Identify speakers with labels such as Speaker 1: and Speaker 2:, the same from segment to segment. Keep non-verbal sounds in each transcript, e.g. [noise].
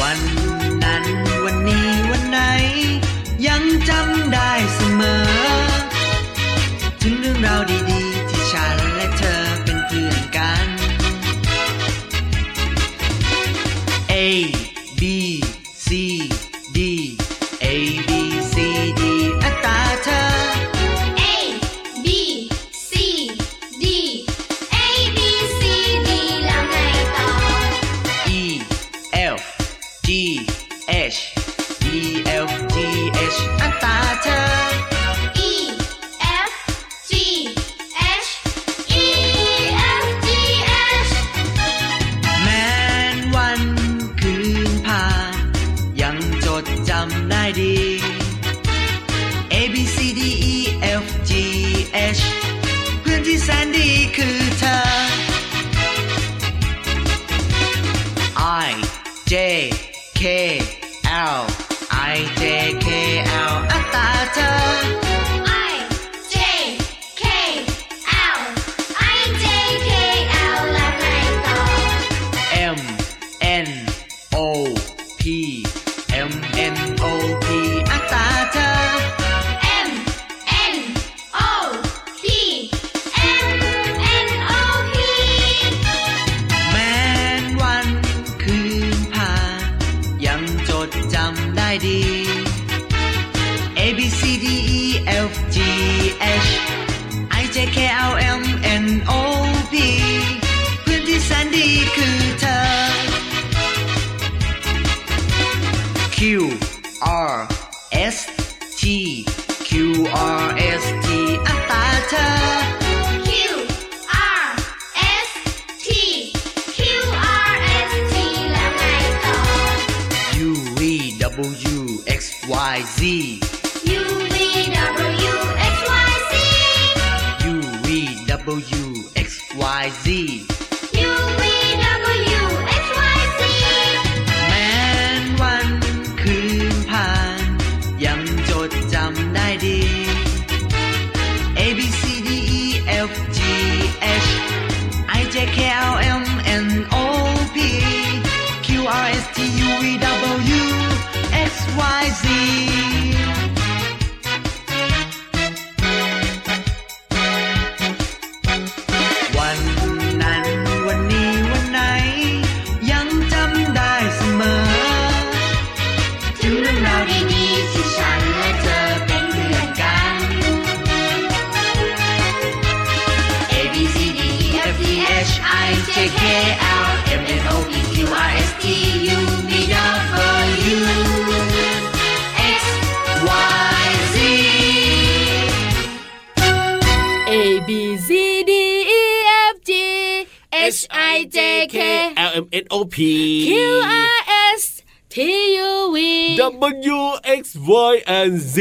Speaker 1: วันนั้นวันนี้วันไหน ยังจำได้เสมอ ถึงเรื่องราวดีๆ ที่ฉันและเธอเป็นเพื่อนกัน A B C D A B C D อัตราเธอ
Speaker 2: A B C D A B C D แล้วไงต่อ
Speaker 1: E F G H E F G H อัตราเธอ
Speaker 2: E F G H E F G H
Speaker 1: แม้นวันคืนผ่าน ยังจดจำได้ดี A B C D E F G H เพื่อนที่แสนดีคือเธอ I J K L I J K L อัตราเธอ
Speaker 2: I J K L I J K L แล้วไงต่อ
Speaker 1: M N O P M N O P อัตราเธอ
Speaker 2: M N O P M N O P
Speaker 1: แม้นวันคืนผ่านยังจดจำได้ดี A B C D E F G H I J K L M N O P เพื่อนที่แสนดีคือเธอ Q R S T Q R S T อัตราเธอ
Speaker 2: Q R S T Q R S T แล้วไงต่อ
Speaker 1: U V W X Y Z
Speaker 2: U V W X Y Z
Speaker 1: U V W X Y Z
Speaker 2: U V W X Y Z
Speaker 1: แม้นวันคืนผ่าน ยังจดจำได้ดี A B C D E F G H I J K L M N O P Q R S T U V W X Y Z วันนั้นวันนี้วันไหน ยังจำได้เสมอ
Speaker 2: ถึงเรื่องราวดีๆที่ฉันและเธอเป็นเพื่อนกัน
Speaker 1: A B C D E F G H I J K L M N O P Q R S T U V W
Speaker 2: X
Speaker 1: Y Z
Speaker 3: A B C D E F G H I J K
Speaker 4: L M N O P
Speaker 3: Q R S T U V
Speaker 4: W X Y and Z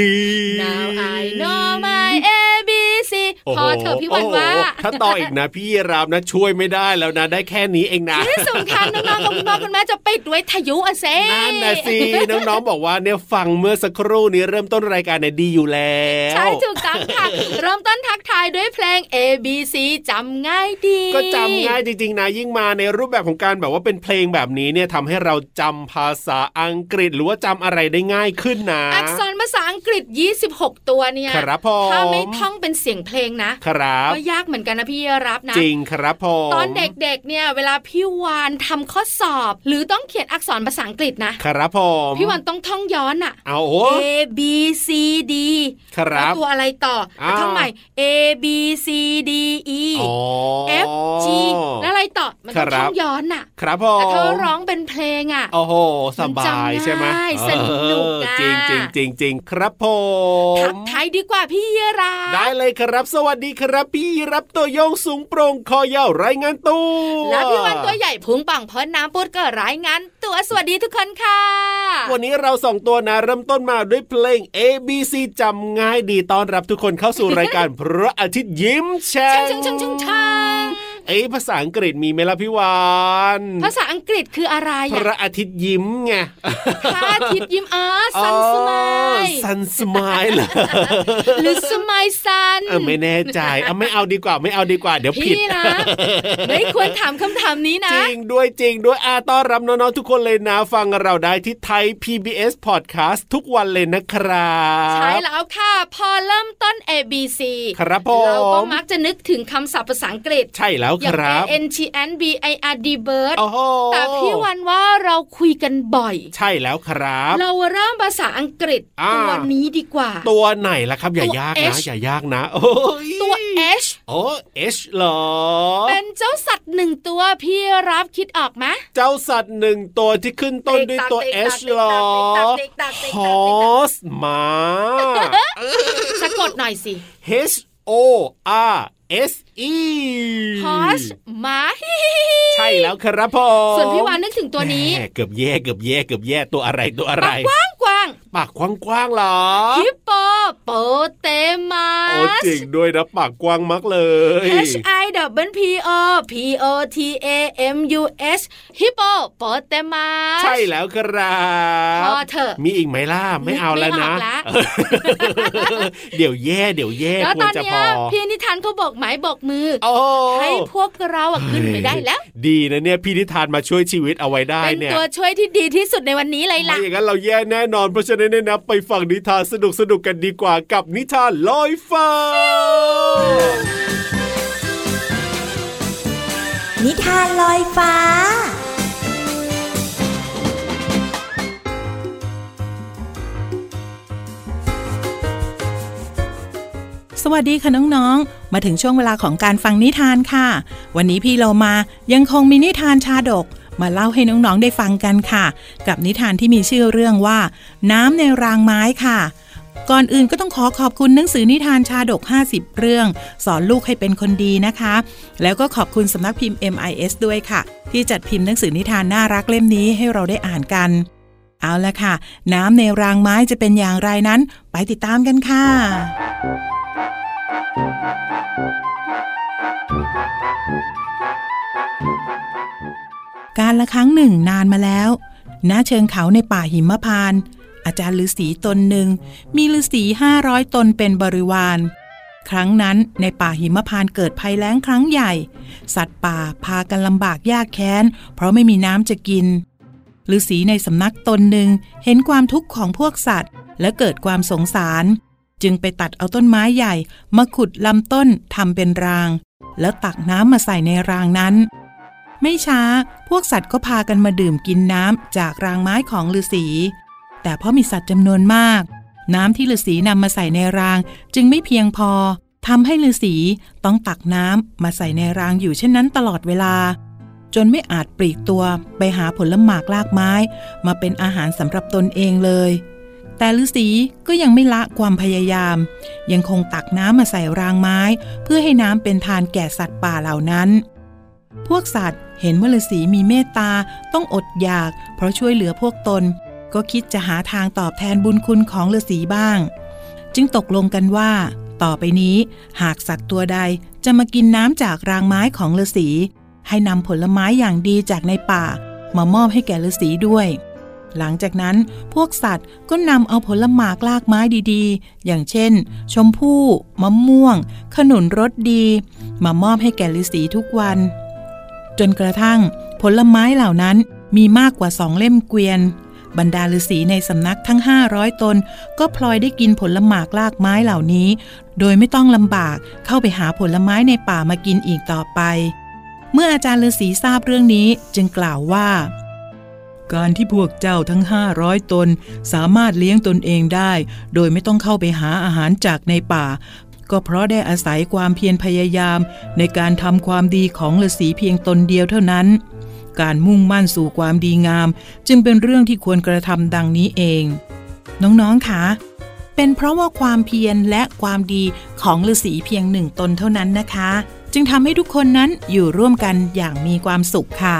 Speaker 3: Now I know my A B C
Speaker 4: โอ้
Speaker 3: พ
Speaker 4: โห
Speaker 3: อเธอะพี่วันว่า
Speaker 4: โอ้โหถ้าต่ออีกนะ พี่ยีรามนะช่วยไม่ได้แล้วนะ ได้แค่นี้เองนะ
Speaker 3: ที่สำคัญน้องๆกับคุณพ่อคุณแม่จะไปด้วยทะยุอ่ะเซ่
Speaker 4: [laughs] นั่นนะสิ น้องๆบอกว่าเนี่ยฟังเมื่อสักครู่นี้เริ่มต้นรายการเนี่ยดีอยู่แล้ว
Speaker 3: ใช่ถูกต้องค่ะ เริ่มต้นทักทายด้วยเพลง A B C จำง่ายดี
Speaker 4: ก็จำง่ายจริงๆนะยิ่งมาในรูปแบบของการแบบว่าเป็นเพลงแบบนี้เนี่ยทำให้เราจำภาษาอังกฤษหรือว่าจำอะไรได้ง่ายขึ้นนะ
Speaker 3: อักษรภาษาอังกฤษ 26 ตัวเนี่ย
Speaker 4: ครับผม
Speaker 3: ถ้าไม่ท่องเป็นเสียงเพลงนะครับ ก็ยากเหมือนกันนะพี่รับนะ
Speaker 4: จริงครับผม
Speaker 3: ตอนเด็กๆ เนี่ยเวลาพี่วานทำข้อสอบ หรือต้องเขียนอักษรภาษาอังกฤษนะ
Speaker 4: ครับผม
Speaker 3: พี่วานต้องท่องย้อนอะ
Speaker 4: เอาโอ้
Speaker 3: A B C D
Speaker 4: ครับ
Speaker 3: แล้วตัวอะไรต่ออ่ะ
Speaker 4: อ้าว
Speaker 3: ท่องใหม่ A B C D E
Speaker 4: อ๋อ
Speaker 3: F G แล้วอะไรต่อ มันต้อง
Speaker 4: ค
Speaker 3: ท่
Speaker 4: รั
Speaker 3: อ
Speaker 4: บ
Speaker 3: งย้อนน่ะ
Speaker 4: ครับผ
Speaker 3: แต่
Speaker 4: ม
Speaker 3: ถ้าร้องเป็นเพลงอ่ะ
Speaker 4: โอ้โหส
Speaker 3: มั
Speaker 4: บาย
Speaker 3: นจำง่าย
Speaker 4: ใช่ไหม
Speaker 3: สนุก
Speaker 4: เออ
Speaker 3: นะ
Speaker 4: จริงจริงจริงจริงครับผ
Speaker 3: ทั
Speaker 4: ม
Speaker 3: กทายดีกว่าพี่เยรา
Speaker 4: ได้เลยครับ ส วัสดีครับพี่รับตัวโยงสูงโปร่งคอยาวรายงานตัว
Speaker 3: แล้วพี่วันตัวใหญ่พุงป่องพอน้ำปุดก็รายงานตัวสวัสดีทุกคนค่ะ
Speaker 4: วันนี้เราสองตัวนะเริ่มต้นมาด้วยเพลง A B C จำง่ายดีต้อนรับทุกคนเข้าสู่รายการ [laughs] พระอาทิตย์ยิ้มแฉ่
Speaker 3: ช่าง
Speaker 4: ง
Speaker 3: ช่างช่างช่างช่าง
Speaker 4: เอ้ยภาษาอังกฤษมีไหมล่ะพี่วาน
Speaker 3: ภาษาอังกฤษคืออะไร
Speaker 4: พ
Speaker 3: อะ
Speaker 4: ระอาทิตย์ยิ้มไง
Speaker 3: พระอาทิตย์ยิ้มอ๋อซันสมาย
Speaker 4: ซันสมาย
Speaker 3: [laughs]
Speaker 4: เหรอ
Speaker 3: หรือสมายซัน
Speaker 4: เออไม่แน่ใจเอาไม่เอาดีกว่าไม่เอาดีกว่า เดี๋ยวผิ
Speaker 3: พี่
Speaker 4: ด
Speaker 3: นะ ไม่ควรถามคำถามนี้นะ
Speaker 4: จริงด้วยจริงด้วยอาต้อนรับน้องๆทุกคนเลยนะฟังเราได้ที่ไทย PBS Podcast ทุกวันเลยนะครับ
Speaker 3: ใช่แล้วค่ะ พอเริ่มต้น A B C
Speaker 4: ครับผ
Speaker 3: เราก็
Speaker 4: ม
Speaker 3: มักจะนึกถึงคำศัพท์ภาษาอังกฤษ
Speaker 4: ใช่แล้ว
Speaker 3: อ
Speaker 4: ค
Speaker 3: ย่าง
Speaker 4: รับ
Speaker 3: A N T N B I R D bird
Speaker 4: โอ้โห
Speaker 3: แต่พี่วันว่าเราคุยกันบ่อย
Speaker 4: ใช่แล้วครับ
Speaker 3: เราเริ่มภาษาอังกฤษ
Speaker 4: อ่า
Speaker 3: ตัวนี้ดีกว่า
Speaker 4: ตัวไหนล่ะครับ อย่า
Speaker 3: ตัว
Speaker 4: ยากนะ
Speaker 3: H
Speaker 4: อย่ายากนะโอ้ย
Speaker 3: ตัว H
Speaker 4: โอ้ H เหรอ
Speaker 3: เป็นเจ้าสัตว์หนึ่งตัวพี่รับคิดออกไหม
Speaker 4: เจ้าสัตว์หนึ่งตัวที่ขึ้นต้นด้วยตัว
Speaker 3: ติ๊กตัก
Speaker 4: H เหรอ
Speaker 3: ติ๊กตักติ๊กตักติ๊กตักติ๊กตักติ๊กตัก
Speaker 4: horse หมา
Speaker 3: สะกดหน่อยสิ
Speaker 4: H O R S E
Speaker 3: horse หมา
Speaker 4: ใช่แล้วครับผม
Speaker 3: ส่วนพี่วานนึกถึงตัว
Speaker 4: [laughs]
Speaker 3: นี้
Speaker 4: แหม่เกือบแย่เกือบแย่เกือบแย่ตัวอะไรตัวอะไร
Speaker 3: ปากกว้างกว้าง
Speaker 4: ปากกว้างกว้างๆเหรอ
Speaker 3: ๆฮิปโปโปเตมั
Speaker 4: โอ้
Speaker 3: ส
Speaker 4: จริงด้วยนะปากกว้างมากเลย
Speaker 3: H I W P O P O T A M U S ฮิปโปโปเตมัส
Speaker 4: ใช่แล้วครั
Speaker 3: พอบ เถอะ
Speaker 4: มีอีกไหมล่ะ ไม่เอาแล้วนะ
Speaker 3: ไม่ออกละ
Speaker 4: [laughs] เดี๋ยวแย่เดี๋ยวแย่
Speaker 3: แล้ว
Speaker 4: คว
Speaker 3: ต
Speaker 4: ร
Speaker 3: อน
Speaker 4: จะพ
Speaker 3: เนี้ย
Speaker 4: อ
Speaker 3: พี่นิทานเขาบอกหมายบอกมือ
Speaker 4: โอ้
Speaker 3: ให้พวกเราอะขึ้นไปได้แล้ว
Speaker 4: ดีนะเนี่ยพี่นิทานมาช่วยชีวิตเอาไว้ได้
Speaker 3: เป็น
Speaker 4: เนี่ย
Speaker 3: ตัวช่วยที่ดีที่สุดในวันนี้เลย
Speaker 4: ไม่
Speaker 3: ล่ะ
Speaker 4: อย่างนั้นเราแย่แน่นอนเพราะฉะนั้นเนี่ยนะไปฟังนิทานสนุกสนุกๆกันดีกว่ากับนิทานลอยฟ้า
Speaker 5: นิทานลอยฟ้า
Speaker 6: สวัสดีค่ะน้องๆ มาถึงช่วงเวลาของการฟังนิทานค่ะ วันนี้พี่เรามายังคงมีนิทานชาดก มาเล่าให้น้องๆได้ฟังกันค่ะ กับนิทานที่มีชื่อเรื่องว่า น้ำในรางไม้ค่ะ ก่อนอื่นก็ต้องขอขอบคุณหนังสือนิทานชาดก 50 เรื่อง สอนลูกให้เป็นคนดีนะคะ แล้วก็ขอบคุณสำนักพิมพ์ MIS ด้วยค่ะ ที่จัดพิมพ์หนังสือนิทานน่ารักเล่มนี้ให้เราได้อ่านกัน เอาละค่ะ น้ำในรางไม้จะเป็นอย่างไรนั้น ไปติดตามกันค่ะ การละครั้งหนึ่งนานมาแล้วณเชิงเขาในป่าหิมพานต์อาจารย์ฤาษีตนหนึ่ง มีฤาษีห้าร้อยตนเป็นบริวาร ครั้งนั้นในป่าหิมพานต์เกิดภัยแล้งครั้งใหญ่ สัตว์ป่าพากันลำบากยากแค้น เพราะไม่มีน้ำจะกินฤาษีในสำนักตนหนึ่งเห็นความทุกข์ของพวกสัตว์ และเกิดความสงสาร จึงไปตัดเอาต้นไม้ใหญ่ มาขุดลำต้นทำเป็นราง แล้วตักน้ำมาใส่ในรางนั้น ไม่ช้า พวกสัตว์ก็พากันมาดื่มกินน้ำจากรางไม้ของฤาษี แต่เพราะมีสัตว์จำนวนมาก น้ำที่ฤาษีนำมาใส่ในรางจึงไม่เพียงพอทำให้ฤาษีต้องตักน้ำมาใส่ในรางอยู่เช่นนั้นตลอดเวลา จนไม่อาจปลีกตัวไปหาผลหมากลากไม้ มาเป็นอาหารสำหรับตนเองเลย แต่ฤาษีก็ยังไม่ละความพยายาม ยังคงตักน้ำมาใส่รางไม้ เพื่อให้น้ำเป็นทานแก่สัตว์ป่าเหล่านั้น พวกสัตว์เห็นว่าฤาษีมีเมตตาต้องอดอยาก เพราะช่วยเหลือพวกตน ก็คิดจะหาทางตอบแทนบุญคุณของฤาษีบ้าง จึงตกลงกันว่า ต่อไปนี้หากสัตว์ตัวใดจะมากินน้ำจากรางไม้ของฤาษีให้นำผลไม้อย่างดีจากในป่า มามอบให้แก่ฤาษีด้วย หลังจากนั้นพวกสัตว์ก็นำเอาผลหมากลากไม้ดีๆ อย่างเช่น ชมพู่มะม่วง ขนุนรสดี มามอบให้แก่ฤาษีทุกวัน จนกระทั่งผลไม้เหล่านั้นมีมากกว่าสองเล่มเกวียน บรรดาฤาษีในสำนักทั้ง 500 ตน ก็พลอยได้กินผลหมากลากไม้เหล่านี้ โดยไม่ต้องลำบากเข้าไปหาผลไม้ในป่ามากินอีกต่อไป เมื่ออาจารย์ฤาษีทราบเรื่องนี้จึงกล่าวว่า การที่พวกเจ้าทั้ง 500 ตน สามารถเลี้ยงตนเองได้ โดยไม่ต้องเข้าไปหาอาหารจากในป่า ก็เพราะได้อาศัยความเพียรพยายาม ในการทำความดีของฤาษีเพียงตนเดียวเท่านั้น การมุ่งมั่นสู่ความดีงาม จึงเป็นเรื่องที่ควรกระทำดังนี้เอง น้องๆคะ เป็นเพราะว่าความเพียรและความดีของฤาษีเพียงหนึ่งตนเท่านั้นนะคะ จึงทำให้ทุกคนนั้นอยู่ร่วมกันอย่างมีความสุขค่ะ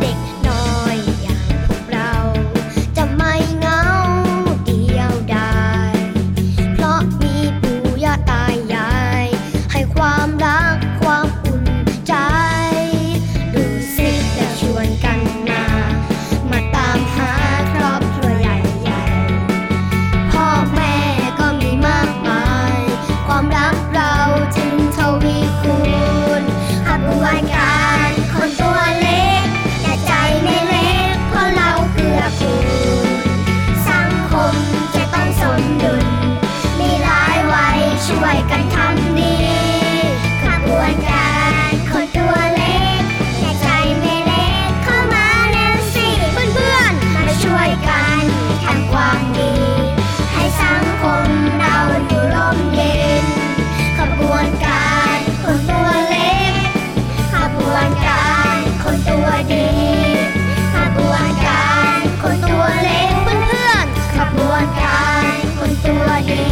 Speaker 7: เด็กน้อยอย่างพวกเรา จะไม่เหงาเดียวดายเพราะมีปู่ย่าตายาย ให้ความรักความอุ่นใจ ดูสิแล้วชวนกันมา มาตามหาครอบครัวใหญ่ๆ พ่อแม่ก็มีมากมาย ความรักเราจึงทวีคูณขบวนการคนตัวเล็ก แต่ใจไม่เล็กเพราะเราเกือกูลสังคมจะต้องสมดุล มีหลายวัยช่วยกันทำดีขบวนการคนตัวเล็ก แต่ใจไม่เล็กเข้ามาแล้วสิเพื่อนๆมาช่วยกันทำความดี ให้สังคมเราอยู่ร่มเย็น ขบวนการคนตัวเล็ก ขบวนการคนตัวดี ขบวนการคนตัวเล็กเพื่อนๆขบวนการคนตัวดี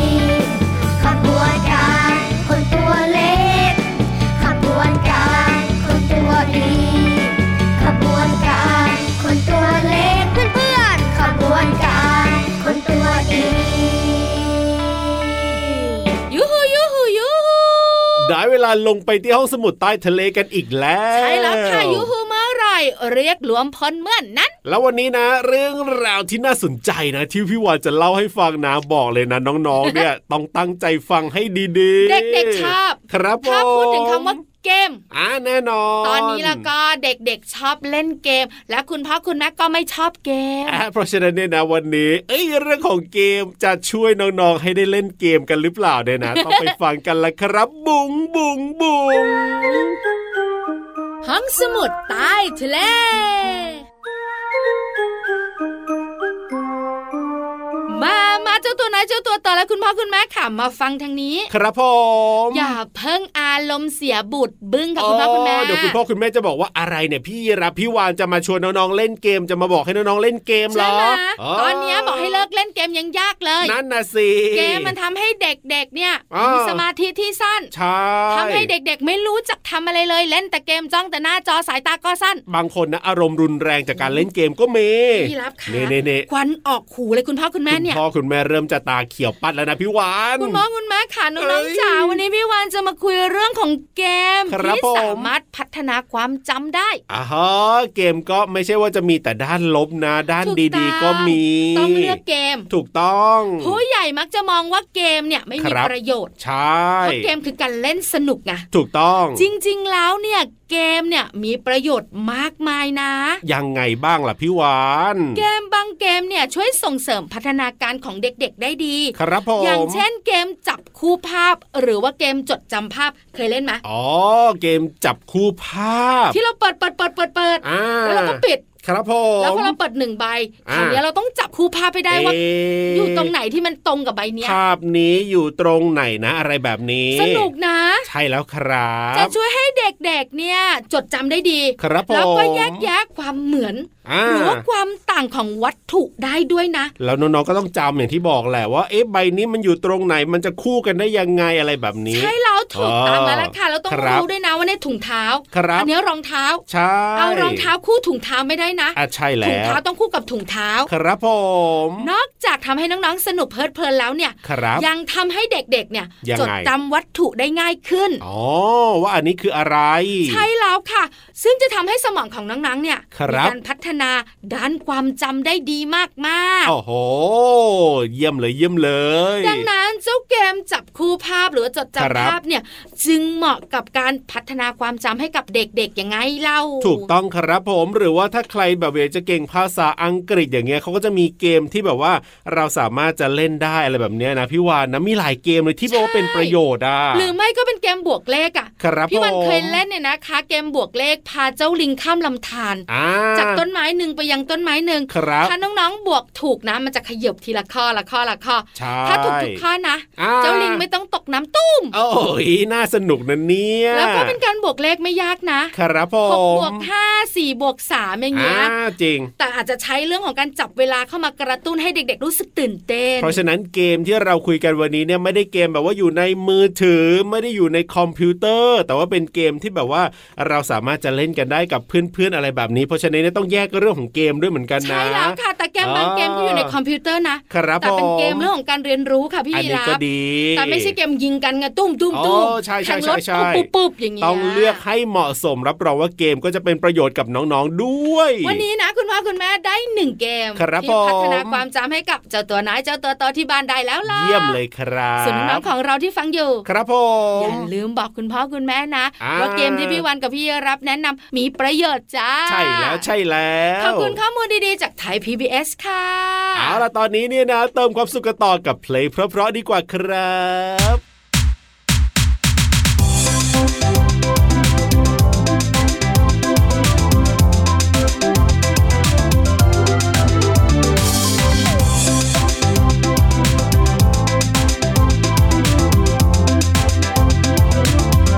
Speaker 7: ขบวนการคนตัวเล็ก ขบวนการคนตัวดี ขบวนการคนตัวเล็กเพื่อนๆขบวนการคนตัวดี
Speaker 3: ยูฮูยูฮูยูฮู
Speaker 4: ได้เวลาลงไปที่ห้องสมุดใต้ทะเลกันอีกแล้ว
Speaker 3: ใช่แล้วค่ะยูฮูเมื่อไหรเรียกหลวมพลเมื่อนนั้น
Speaker 4: แล้ววันนี้นะ เรื่องราวที่น่าสนใจนะ ที่พี่วานจะเล่าให้ฟังนะบอกเลยนะน้องๆ
Speaker 3: [laughs]
Speaker 4: เนี่ย ต้องตั้งใจฟังให้ดีๆ
Speaker 3: เด็กๆชอบ
Speaker 4: ครับ
Speaker 3: ถ้าพูดถึงคำว่า
Speaker 4: ผม
Speaker 3: เกม
Speaker 4: อ่าแน่นอน
Speaker 3: ตอนนี้แล้วก็เด็กๆชอบเล่นเกม และคุณพ่อคุณแม่ก็ไม่ชอบเกม
Speaker 4: อ่ะเพราะฉะนั้นเนี่ยนะวันนี้ เอ้ยเรื่องของเกมจะช่วยน้องๆให้ได้เล่นเกมกันหรือเปล่าเนี่ย
Speaker 3: [laughs]
Speaker 4: นะ ต้องไปฟังกันละครับ บุงบุงบุง
Speaker 3: ห้องสมุดใต้ทะเล มา มาเจ้าตัวน้อยเจ้าตัวต่อและคุณพ่อคุณแม่ค่ะมาฟังทางนี้
Speaker 4: ครับผม
Speaker 3: อย่าเพิ่งอารมณ์เสียบุตรบึ้งค่ะคุณพ่อคุณแม่
Speaker 4: เดี๋ยวคุณพ่อคุณแม่จะบอกว่าอะไรเนี่ยพี่รับพี่วานจะมาชวนน้องๆเล่นเกมจะมาบอกให้น้องๆเล่นเกมเหร
Speaker 3: ใช่
Speaker 4: อ
Speaker 3: ไหม
Speaker 4: อ
Speaker 3: ตอนเนี้ยบอกให้เลิกเล่นเกมยังยากเลย
Speaker 4: นั่นนะสิ
Speaker 3: เกมมันทำให้เด็กๆ เนี่ย
Speaker 4: อ่ามี
Speaker 3: มีสมาธิที่สั้น
Speaker 4: ใช่
Speaker 3: ทำให้เด็กๆ ไม่รู้จักทำอะไรเลย เล่นแต่เกมจ้องแต่หน้าจอสายตาก็สั้น
Speaker 4: บางคนนะอารมณ์รุนแรงจากการเล่นเกมก็เม
Speaker 3: พี่รับค่ะ
Speaker 4: เน่เน่เน่
Speaker 3: ควันออกหูเลยคุณพ่อคุณแม่
Speaker 4: คุณ
Speaker 3: เนี่ย
Speaker 4: พ่อคุณแม่เริ่มจะตาเขียวปัดแล้วนะพี่วาน
Speaker 3: คุณหมอคุณแม่ค่ะน้
Speaker 4: เอ้
Speaker 3: อง
Speaker 4: ย
Speaker 3: ๆจ๋าวันนี้พี่วานจะมาคุยเรื่องของเกม
Speaker 4: ครับ
Speaker 3: ที่
Speaker 4: ผม
Speaker 3: สามารถพัฒนาความจำได้
Speaker 4: อ่าฮะเกมก็ไม่ใช่ว่าจะมีแต่ด้านลบนะ ด้าน
Speaker 3: ถูกต้อง
Speaker 4: ดีๆ ก็มี
Speaker 3: ต้องเลือกเกม
Speaker 4: ถูกต้อง
Speaker 3: ผู้ใหญ่มักจะมองว่าเกมเนี่ยไม่มี
Speaker 4: ครับ
Speaker 3: ประโยชน์
Speaker 4: ใช่
Speaker 3: เพราะเกมคือการเล่นสนุกไง
Speaker 4: ถูกต้อง
Speaker 3: จริงๆ แล้วเนี่ยเกมเนี่ยมีประโยชน์มากมายนะ
Speaker 4: ยังไงบ้างล่ะพี่วาน
Speaker 3: เกมบางเกมเนี่ยช่วยส่งเสริมพัฒนาการของเด็กๆ ได้ดี
Speaker 4: ครับผม
Speaker 3: อย่างเช่นเกมจับคู่ภาพ หรือว่าเกมจดจำภาพเคยเล่นไหม
Speaker 4: อ๋อเกมจับคู่ภาพ
Speaker 3: ที่เราเปิดเปิดเปิดเปิดเปิด
Speaker 4: อ่า
Speaker 3: แล้วเราก็ปิด
Speaker 4: ครับผม
Speaker 3: แล้วพอเราเปิดหนึ่งใบ
Speaker 4: อ่า
Speaker 3: คราวเนี้ยเราต้องจับคู่ภาพไปได้ว่า
Speaker 4: เอ๊ะ
Speaker 3: อยู่ตรงไหนที่มันตรงกับใบเนี้ย
Speaker 4: ภาพนี้อยู่ตรงไหนนะอะไรแบบนี้
Speaker 3: สนุกนะ
Speaker 4: ใช่แล้วครั
Speaker 3: จะ
Speaker 4: บ
Speaker 3: ช่วยให้เด็กๆ เนี่ยจดจำได้ดี
Speaker 4: ครับผม
Speaker 3: แล้วก็แยกแยะความเหมือน
Speaker 4: อ่า
Speaker 3: หรือว่าความต่างของวัตถุได้ด้วยนะ
Speaker 4: แล้วน้องๆก็ต้องจำอย่างที่บอกแหละว่าเอ๊ะใบนี้มันอยู่ตรงไหนมันจะคู่กันได้ยังไงอะไรแบบนี้
Speaker 3: ใช่แล้วถูก
Speaker 4: อ๋อ
Speaker 3: ตามแล้วล่ะค่ะแล้วต้อง
Speaker 4: ครับ
Speaker 3: รู้ด้วยนะว่าในถุงเท้า
Speaker 4: ครับ
Speaker 3: อัเนี้ยรองเท้า
Speaker 4: ใช่
Speaker 3: เอารองเท้าคู่ถุงเท้าไม่ได้นะ
Speaker 4: อ่ะใช่แล้
Speaker 3: ถุง
Speaker 4: ว
Speaker 3: เท้าต้องคู่กับถุงเท้า
Speaker 4: ครับผม
Speaker 3: นอกจากทำให้น้องๆสนุกเพลิดเพลินแล้วเนี่ย
Speaker 4: ครับ
Speaker 3: ยังทำให้เด็กๆ เนี่ย
Speaker 4: ยังไง
Speaker 3: จดจำวัตถุได้ง่ายขึ้น
Speaker 4: อ๋อว่าอันนี้คืออะไร
Speaker 3: ใช่แล้วค่ะ ซึ่งจะทำให้สมองของน้องๆ เนี่ย
Speaker 4: ครั
Speaker 3: มี
Speaker 4: บ
Speaker 3: การพัฒนาด้านความจำได้ดีมาก
Speaker 4: โอ้โห เยี่ยมเลยเยี่ยมเลย
Speaker 3: ๆ ดังนั้นเจ้าเกมจับคู่ภาพหรือว่าจด
Speaker 4: ครั
Speaker 3: จำ
Speaker 4: บ
Speaker 3: ภาพเนี่ยจึงเหมาะกับการพัฒนาความจำให้กับเด็กๆยังไงเล่า
Speaker 4: ถูกต้องครับผมหรือว่าถ้าใคร แบบเวจะเก่งภาษาอังกฤษอย่างเงี้ยเขาก็จะมีเกมที่แบบว่าเราสามารถจะเล่นได้อะไรแบบเนี้ยนะพี่วานนะมีหลายเกมเลยที่แปลว่าเป็นประโยชน์อ่ะ
Speaker 3: หรือไม่ก็เป็นเกมบวกเลขอ่ะ
Speaker 4: ครับ
Speaker 3: พี่วัน
Speaker 4: ผม
Speaker 3: เคยเล่นเนี่ยนะคะ เกมบวกเลขพาเจ้าลิงข้ามลำธาร
Speaker 4: อ่า
Speaker 3: จากต้นไม้หนึ่งไปยังต้นไม้หนึ่ง
Speaker 4: ครับ
Speaker 3: ถ้าน้องๆบวกถูกนะมันจะขยบทีละข้อละข้อละข้อ
Speaker 4: ใช่
Speaker 3: ถ้าถูกทุกข้อนะ
Speaker 4: อ่า
Speaker 3: เจ้าลิงไม่ต้องตกน้ำตุ้ม
Speaker 4: โอ้ยน่าสนุกนะเนี่ย
Speaker 3: แล้วก็เป็นการบวกเลขไม่ยากนะครับ
Speaker 4: ผ
Speaker 3: หก
Speaker 4: ม
Speaker 3: บวกห้าสี่บวกสามอย่างเงี้ย
Speaker 4: อ่าจริง
Speaker 3: แต่อาจจะใช้เรื่องของการจับเวลาเข้ามากระตุ้นให้เด็ก ๆ รู้สึกตื่นเต้น
Speaker 4: เพราะฉะนั้นเกมที่เราคุยกันวันนี้เนี่ยไม่ได้เกมแบบว่าอยู่ในมือถือ ไม่ได้อยู่ในคอมพิวเตอร์ แต่ว่าเป็นเกมที่แบบว่าเราสามารถจะเล่นกันได้กับเพื่อนๆอะไรแบบนี้ เพราะฉะนั้นเนี่ยต้องแยกเรื่องของเกมด้วยเหมือนกันนะ
Speaker 3: ใช่แล้วค่ะ แต่เกมบางเกมก็อยู่ในคอมพิวเตอร์นะครับ แต่เป็นเกม
Speaker 4: ผม
Speaker 3: เรื่องของการเรียนรู้ค่ะพี่
Speaker 4: อัน
Speaker 3: ยี
Speaker 4: นี้
Speaker 3: รา
Speaker 4: ก็
Speaker 3: ฟ
Speaker 4: ดี
Speaker 3: แต่ไม่ใช่เกมยิงกันไงตุ้มตุ้มตุ้ม
Speaker 4: อ๋อใช่ใช่
Speaker 3: แข่งรถ
Speaker 4: ใช่ใช่
Speaker 3: ปุ๊บปุ๊บปุ๊บอย่างเงี้ย
Speaker 4: ต้องเลือกให้เหมาะสมรับรองว่าเกมก็จะเป็นประโยชน์กับน้องๆด้วย
Speaker 3: วันนี้นะคุณพ่อคุณแม่ได้หนึ่งเกม
Speaker 4: ครับ
Speaker 3: ที่พัฒนา
Speaker 4: ผม
Speaker 3: ความจำให้กับเจ้าตัวน้อยเจ้าตัวโตที่บ้านได้แล้วล่ะ
Speaker 4: เยี่ยมเลยครับ
Speaker 3: ส่วนน้องๆของเราที่ฟังอยู่
Speaker 4: ครับผ
Speaker 3: อย่าม ลืมบอกคุณพ่อคุณแม่นะ
Speaker 4: อ่า
Speaker 3: ว่าเกมที่พี่วันกับพี่รับแนะนำมีประโยชน์จ้า
Speaker 4: ใช่แล้วใช่แล้ว
Speaker 3: ขอบคุณข้อมูลดีๆจากไทย PBS ค่ะ
Speaker 4: เอาล่ะตอนนี้เนี่ยนะเติมความสุขกันต่อกับเพลงเพราะๆดีกว่าครับ
Speaker 7: ก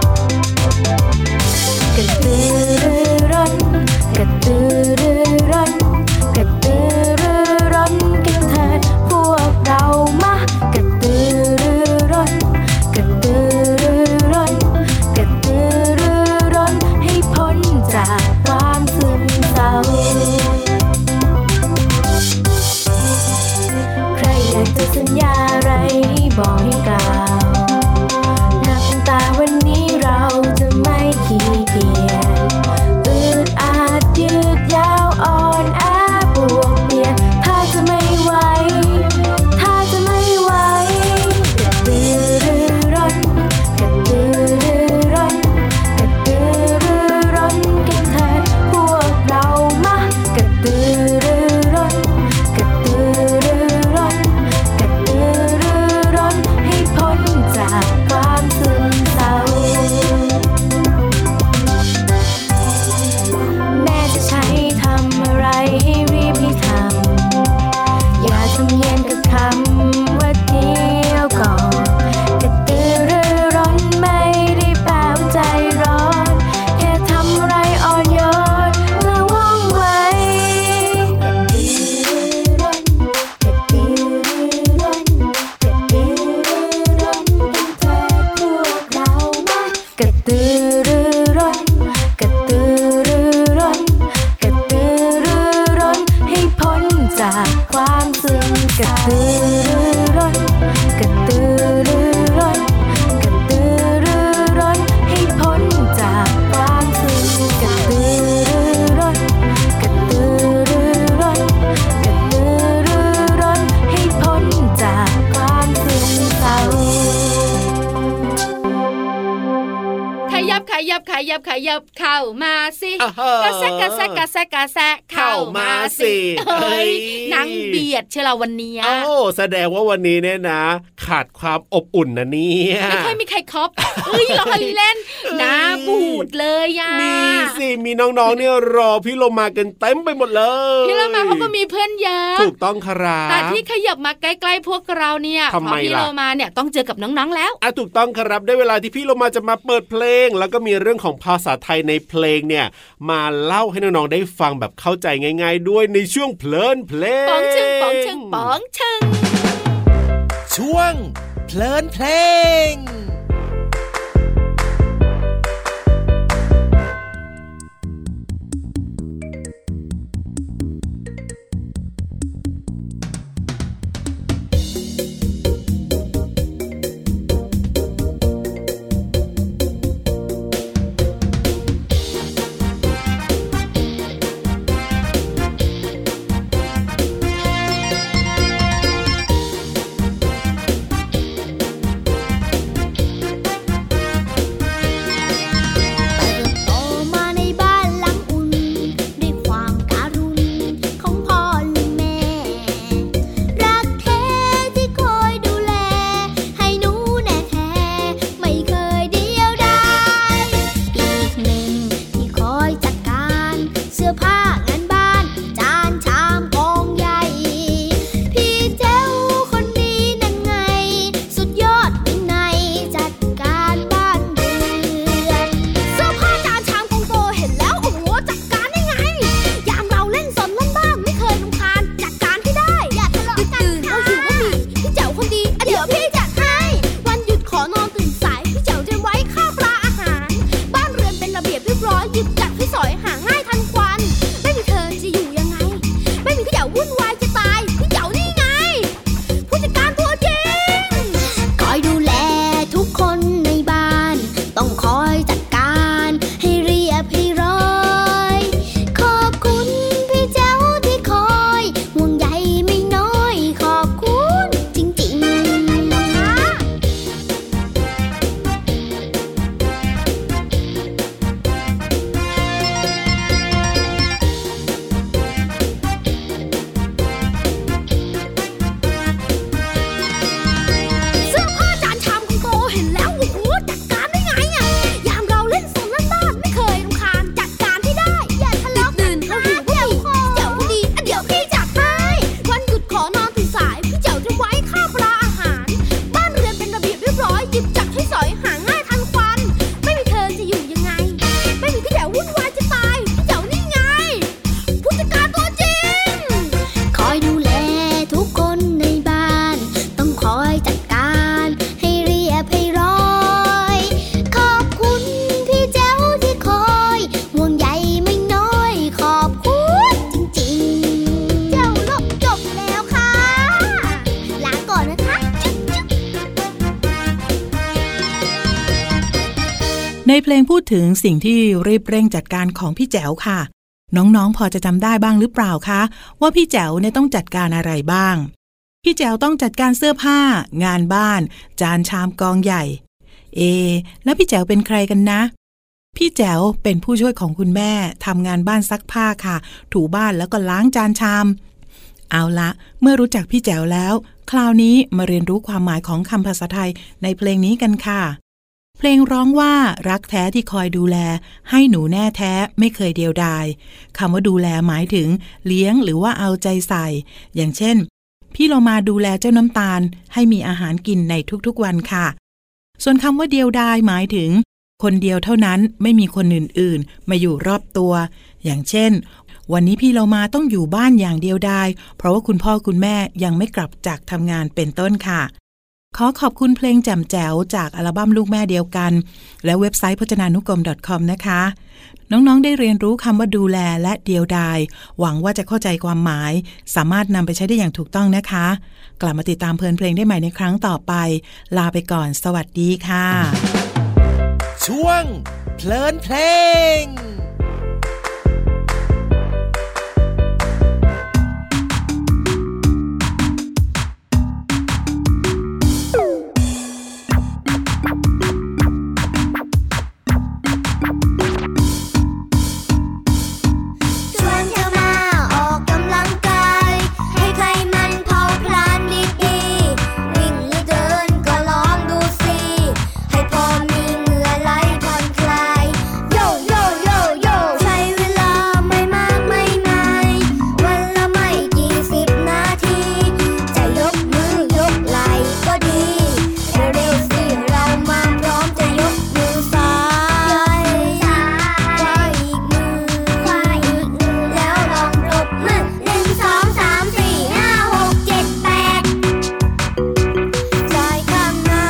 Speaker 7: ระตือรือร้นกระตือรือร้นกระตือรือร้นกันเถิดพวกเรามากระตือรือร้นกระตือรือร้นกระตือรือร้นให้พ้นจากความซึมเศร้า ใครอยากจะสัญญาอะไรให้บอกให้กล่าว นับตาวันนี้เราจะไม่ขี้เกียจอืดอาดยืดยาวอ่อนแอปวดเปียนถ้าจะไม่ไหว ถ้าจะไม่ไหวกระตือรือร้นกระตือรือร้นกระตือรือร้นกันเถิดพวกเรามากระตือรือร้นกระตือรือร้นกระตือรือร้นให้พ้นจากความซึมเศร้า แม่จะใช้ทำอะไรให้รีบให้ทำ อย่าทำเย็นกับคำว่าเดียวก่อนกระตือรือร้นไม่ได้แปลว่าใจร้อน แค่ทำอะไรอ่อนโยนและว่องไวกระตือรือร้นกระตือรือร้นกระตือรือร้นเป็นเธอพวกเรามากระตือรือร้น กระตือรือร้นกระตือรือร้นให้พ้นจากความซึมกระตือรือร้นกระตือรือร้นกระตือรือร้นให้พ้นจากความซึมกระตือรือร้นกระตือรือร้นกระตือรือร้นให้พ้นจากความซึมเศร้า
Speaker 3: ขยับขยับขยับขยับเข้ามาสิ
Speaker 4: อ่าฮะ
Speaker 3: กระแซะกระแซะกระแซะกระแซะเข้ามาสิ
Speaker 4: เข้ามาสิ
Speaker 3: เฮ้ย
Speaker 4: เฮ้ย
Speaker 3: หนังเบียดเชยวเราวันเนี้ย
Speaker 4: เอ้าแสดงว่าวันนี้เนี่ยนะ ขาดความอบอุ่นนะเนี่ย
Speaker 3: [laughs] ไม่ค่อยมีใครครบเอ้ยเราให้เล่น
Speaker 4: [laughs]
Speaker 3: หน้าบูดเลยอ่ะ
Speaker 4: มีสิมีน้องๆเนี่ยรอพี่โลมากันเต็มไปหมดเลย
Speaker 3: พี่เรามาเขาก็มีเพื่อนเยอะ
Speaker 4: ถูกต้องครับ
Speaker 3: แต่ที่ขยับมาใกล้ๆพวกเราเนี่ย
Speaker 4: ทำไม
Speaker 3: พอพี่
Speaker 4: ล่ะ
Speaker 3: เรามาเนี่ยต้องเจอกับน้องๆแล้ว
Speaker 4: อ่ะถูกต้องครับได้เวลาที่พี่โลมาจะมาเปิดเพลง แล้วก็มีเรื่องของภาษาไทยในเพลงเนี่ย มาเล่าให้น้องๆได้ฟังแบบเข้าใจง่าย ๆ ด้วยในช่วงเพลินเพลง
Speaker 3: ป๋องเชิงป๋องเชิงป๋องเชิง
Speaker 8: ช่วง เพลินเพลง
Speaker 9: เ
Speaker 6: เพลงพูดถึงสิ่งที่รีบเร่งจัดการของพี่แจ๋วค่ะ น้องๆ พอจะจำได้บ้างหรือเปล่าคะ ว่าพี่แจ๋วเนี่ยต้องจัดการอะไรบ้าง พี่แจ๋วต้องจัดการเสื้อผ้า งานบ้าน จานชามกองใหญ่ เอ แล้วพี่แจ๋วเป็นใครกันนะ พี่แจ๋วเป็นผู้ช่วยของคุณแม่ทำงานบ้านซักผ้าค่ะ ถูบ้านแล้วก็ล้างจานชาม เอาละเมื่อรู้จักพี่แจ๋วแล้ว คราวนี้มาเรียนรู้ความหมายของคำภาษาไทยในเพลงนี้กันค่ะ เพลงร้องว่ารักแท้ที่คอยดูแล ให้หนูแน่แท้ไม่เคยเดียวดายคำว่าดูแลหมายถึง เลี้ยงหรือว่าเอาใจใส่ อย่างเช่น พี่เรามาดูแลเจ้าน้ำตาล ให้มีอาหารกินในทุกๆวันค่ะ ส่วนคำว่าเดียวดายหมายถึง คนเดียวเท่านั้นไม่มีคนอื่นๆ มาอยู่รอบตัว อย่างเช่น วันนี้พี่เรามาต้องอยู่บ้านอย่างเดียวดายเพราะว่าคุณพ่อคุณแม่ยังไม่กลับจากทำงานเป็นต้นค่ะ ขอขอบคุณเพลงแจ่มแจ๋วจากอัลบั้มลูกแม่เดียวกัน และเว็บไซต์พจนานุกรม .com นะคะ น้องๆ ได้เรียนรู้คำว่าดูแลและเดียวดาย หวังว่าจะเข้าใจความหมาย สามารถนำไปใช้ได้อย่างถูกต้องนะคะ กลับมาติดตามเพลินเพลงได้ใหม่ในครั้งต่อไป ลาไปก่อน สวัสดีค่ะ
Speaker 8: ช่วง เพลินเพลง
Speaker 7: ชวนเธอมาออกกำลังกาย ให้ใครมันเผาพลานดีๆ วิ่งหรือเดินก็ลองดูสิ ให้พอมีเหงื่อไหลผ่อนคลาย โยโยโยโยใช้เวลาไม่มากไม่นานวันละไม่กี่สิบนาที จะยกมือยกไหลก็ดี เร็วๆสิเรามาพร้อมจะยกมือซ้ายขวาอีกมือ แล้วลองปรบมือหนึ่งสองสามสี่ห้าหกเจ็ดแปด ซ้ายข้างหน้า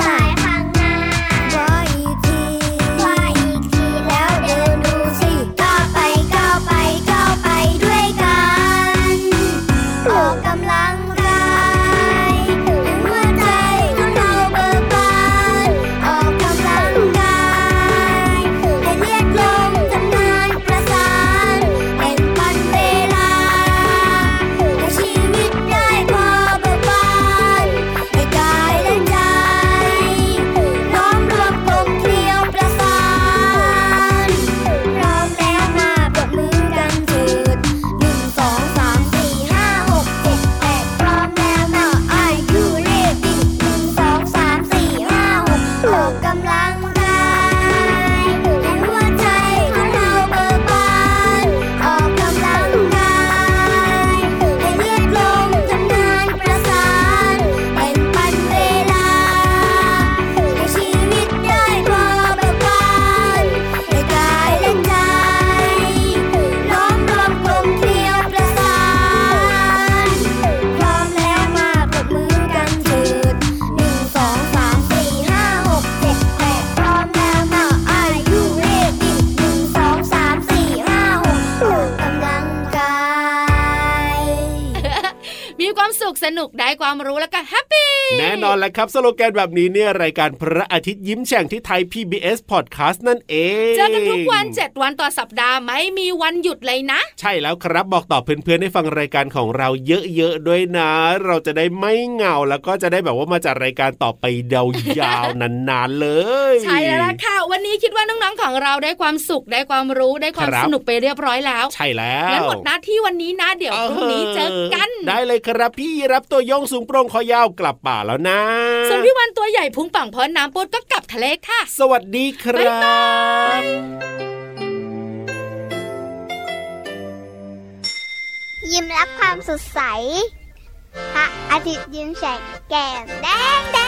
Speaker 7: ซ้ายข้างหน้าซ้ายอีกทีซ้ายอีกทีแล้วเดินดูสิก้าวไปก้าวไปก้าวไปด้วยกัน ออกกำลังกายหัวใจของเราเบิกบานออกกำลังกายให้เลือดลมทำงานประสานเป็นปันเวลา ให้ชีวิตได้พอเบิกบานให้กายและใจน้อมรวมกลมเกลียวประสาน พร้อมแล้วมาปรบมือกันเถิดหนึ่งสองสามสี่ห้าหกเจ็ดแปดพร้อมแล้วนะ Are you ready หนึ่งสองสามสี่ห้าหกออกกำลังกายให้หัวใจของเราเบิกบานออกกำลังกายให้เลือดลมทำงานประสานเป็นปันเวลา ให้ชีวิตได้พอเบิกบานให้กายและใจน้อมรวมกลมเกลียวประสาน พร้อมแล้วมาปรบมือกันเถิดหนึ่งสองสามสี่ห้าหกเจ็ดแปดพร้อมแล้วมา Are you ready หนึ่งสองสามสี่ห้าหกออกกำลังกาย
Speaker 3: มีความสุขสนุกได้ความรู้แล้วก็แฮปปี้
Speaker 4: แน่นอนแหละครับสโลแกนแบบนี้เนี่ยรายการพระอาทิตย์ยิ้มแฉ่งที่ไทย PBS Podcast นั่นเอง
Speaker 3: เจอกันทุกวัน 7 วันต่อสัปดาห์ไม่มีวันหยุดเลยนะ
Speaker 4: ใช่แล้วครับบอกต่อเพื่อนๆให้ฟังรายการของเราเยอะๆด้วยนะ เราจะได้ไม่เหงาแล้วก็จะได้แบบว่ามาจัดรายการต่อไปยาวๆ นานๆเลย
Speaker 3: ใช่แล้วล่ะค่ะ วันนี้คิดว่าน้องๆของเราได้ความสุขได้ความรู้ได้ความ
Speaker 4: ครับ
Speaker 3: สนุกไปเรียบร้อยแล้ว
Speaker 4: ใช่แล้ว
Speaker 3: งั้นหมดหน้าที่วันนี้นะเดี๋ยวพรุ่งนี้เจอกัน
Speaker 4: ได้เลยครับพี่รับตัวโยงสูงโปร่งคอยาวกลับป่าแล้วนะ
Speaker 3: ส่วนพี่วันตัวใหญ่พุงป่องพอน้ำปดก็กลับทะเลค่ะ
Speaker 4: สวัสดีครับ
Speaker 10: ยิ้มรับความสดใส พระอาทิตย์ยิ้มแฉกแก้มแดงแดง